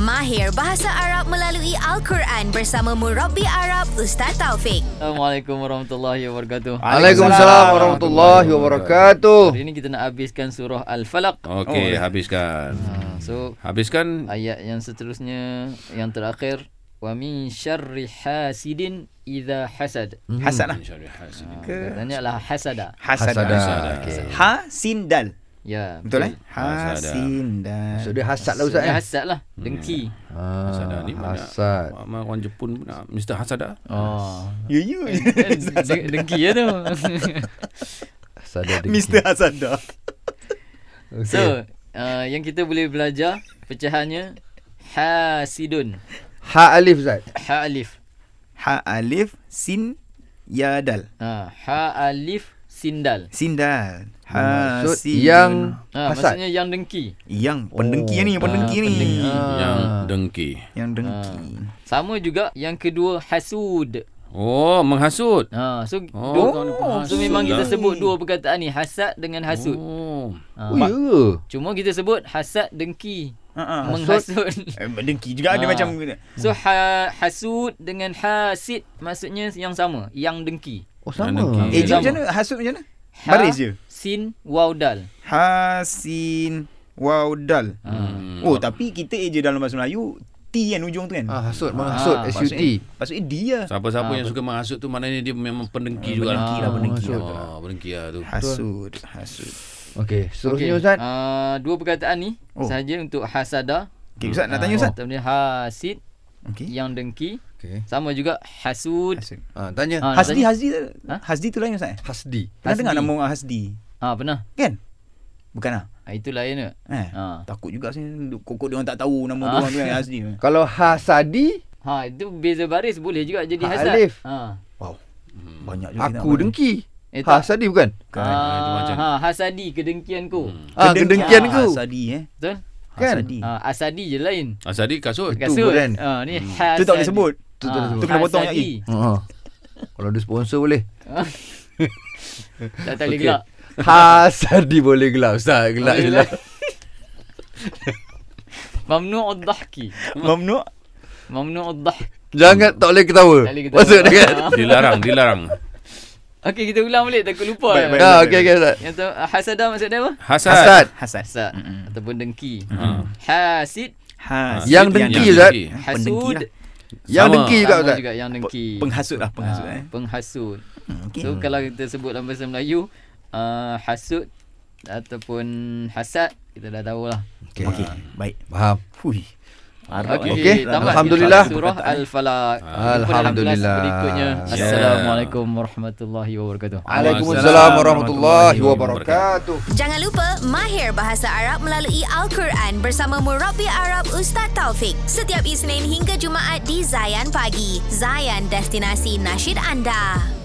Mahir Bahasa Arab melalui Al-Quran bersama Murabbi Arab Ustaz Taufik. Assalamualaikum warahmatullahi wabarakatuh. Waalaikumsalam warahmatullahi wabarakatuh. Hari ini kita nak habiskan surah Al-Falaq. Okey, habiskan. Ha, So Habiskan ayat yang seterusnya yang terakhir wa min syarri hasidin idza hasad. Hmm. Hasad lah. Ke? Tanya lah hasada. Hasad. lah. Hasada. lah. Okay. Ha sin dal. Ya. Betul eh? Ha Hasada. sin dal. dia hasad lah Ustaz hasad lah, dengki. Hasada ni eh? mana? hasad. Mak orang Jepun pun nak Mr. Hasada. Oh. Ya ya. Deng- dengki ya tu. Sadar Mr. Hasada. so, uh, yang kita boleh belajar pecahannya hasidun. Ha alif Zat. Ha alif. Ha alif sin ya dal. Ha, ha alif sindal. Sin dal. Ha Maksud sin. yang Ha, hasad. maksudnya yang dengki. yang pendengki yang ni, yang pendengki ah, ni. pendengki. Ha. Ah. Yang dengki. Yang dengki. Sama juga yang kedua hasud. Oh, menghasut. Ha, so Oh, dua, kau ni so penghasut memang kita lah. sebut dua perkataan ni hasad dengan hasud. Ha. Oh. Oh ya. ke? Cuma kita sebut hasad dengki, Ha ah. menghasut. Eh, Dengki juga ada Ah. macam So ha, hasud dengan hasid maksudnya yang sama, yang dengki. Oh Yang sama. dengki. Eh, Sama. dia macam mana? Hasut macam mana? Ha, Baris je. Sin waw dal. Ha sin waw dal. Hmm. Oh, tapi kita eja dalam bahasa Melayu T kan ujung tu kan. Ah hasut, menghasut, Ah, ha, SUT. Maksudnya, maksudnya ya? dia. Siapa-siapa Ah, yang suka menghasut tu maknanya dia memang pendengki juga. Pendengki lah, pendengki Oh, lah. pendengki lah tu. Hasud, hasud. Okey, seterusnya Ustaz. Uh, dua perkataan ni oh. Oh. sahaja untuk hasada. Okey, Ustaz nak Ah, tanya Ustaz. Kemudian hasid Okey. yang dengki. Okey. Sama juga hasud. Hasud. Ha tanya Ah, Hasdi, tanya- Hasdi. Ha? Hasdi tu lain Ustaz. eh? Hasdi. Pernah Hasdi. dengar nama orang Hasdi? Ah pernah. Kan? Bukan lah. Ah, itu lain tak? Eh, Ha. Takut juga sih Kok-kok dia orang tak tahu Nama dia Ah. orang tu kan Hasdi Kalau hasadi, Ha itu beza baris boleh juga jadi Ha, hasad. alif. Ha. Wow Banyak juga kita Hmm. aku nak- dengki. Ha, Eh, tak. hasadi bukan? Kan, Kan, itu macam- ha, hasadi kedengkianku. Hmm. Ah kedengkian Ah, ku. Hasadi eh Betul? Kan? Hasadi Ha, asadi je lain. Asadi kasut. Dekat- kan? Ha, Hmm. ni hasadi. Tu tak boleh sebut Tu tak boleh Ah, sebut. Tu kena potong hasadi. Ha. ha. Kalau ada sponsor boleh. Tak tak boleh Okey. gelak. Hasadi Ha, boleh gelap Ustaz. Gelap Boleh je lah. Mamnu'ud dhahki. Mamnu Mamnu'ud dhahk. Jangan tak boleh ketawa. Tak boleh ketawa. Maksud dia kan? Ah. Dilarang, dilarang. Okey, kita ulang balik takut lupa. Baik, baik. Ha okey okey Ustaz. Yang tu hasada maksud dia apa? Hasad. Ah. Hasad. Hasad Hasad ataupun dengki. Hasid, Hasad Yang dengki, Ustaz. dengki. Pendengki hasud, lah. Yang Sama. dengki juga sama Ustaz. juga yang dengki. Pe- Penghasut lah Penghasut Ah, eh Penghasut. Hmm, Okey So kalau kita sebut dalam bahasa Melayu, uh, hasut ataupun hasad kita dah tahulah. Okey Okey, Baik Faham. Hui Okey, tamat Alhamdulillah. kita surah Al-Falaq. Alhamdulillah. Berikutnya. Yeah. Assalamualaikum warahmatullahi wabarakatuh. Waalaikumsalam warahmatullahi wabarakatuh. Jangan lupa Mahir Bahasa Arab melalui Al-Quran bersama Murabbi Arab Ustaz Taufik. Setiap Isnin hingga Jumaat di Zayan Pagi. Zayan, destinasi nasyid anda.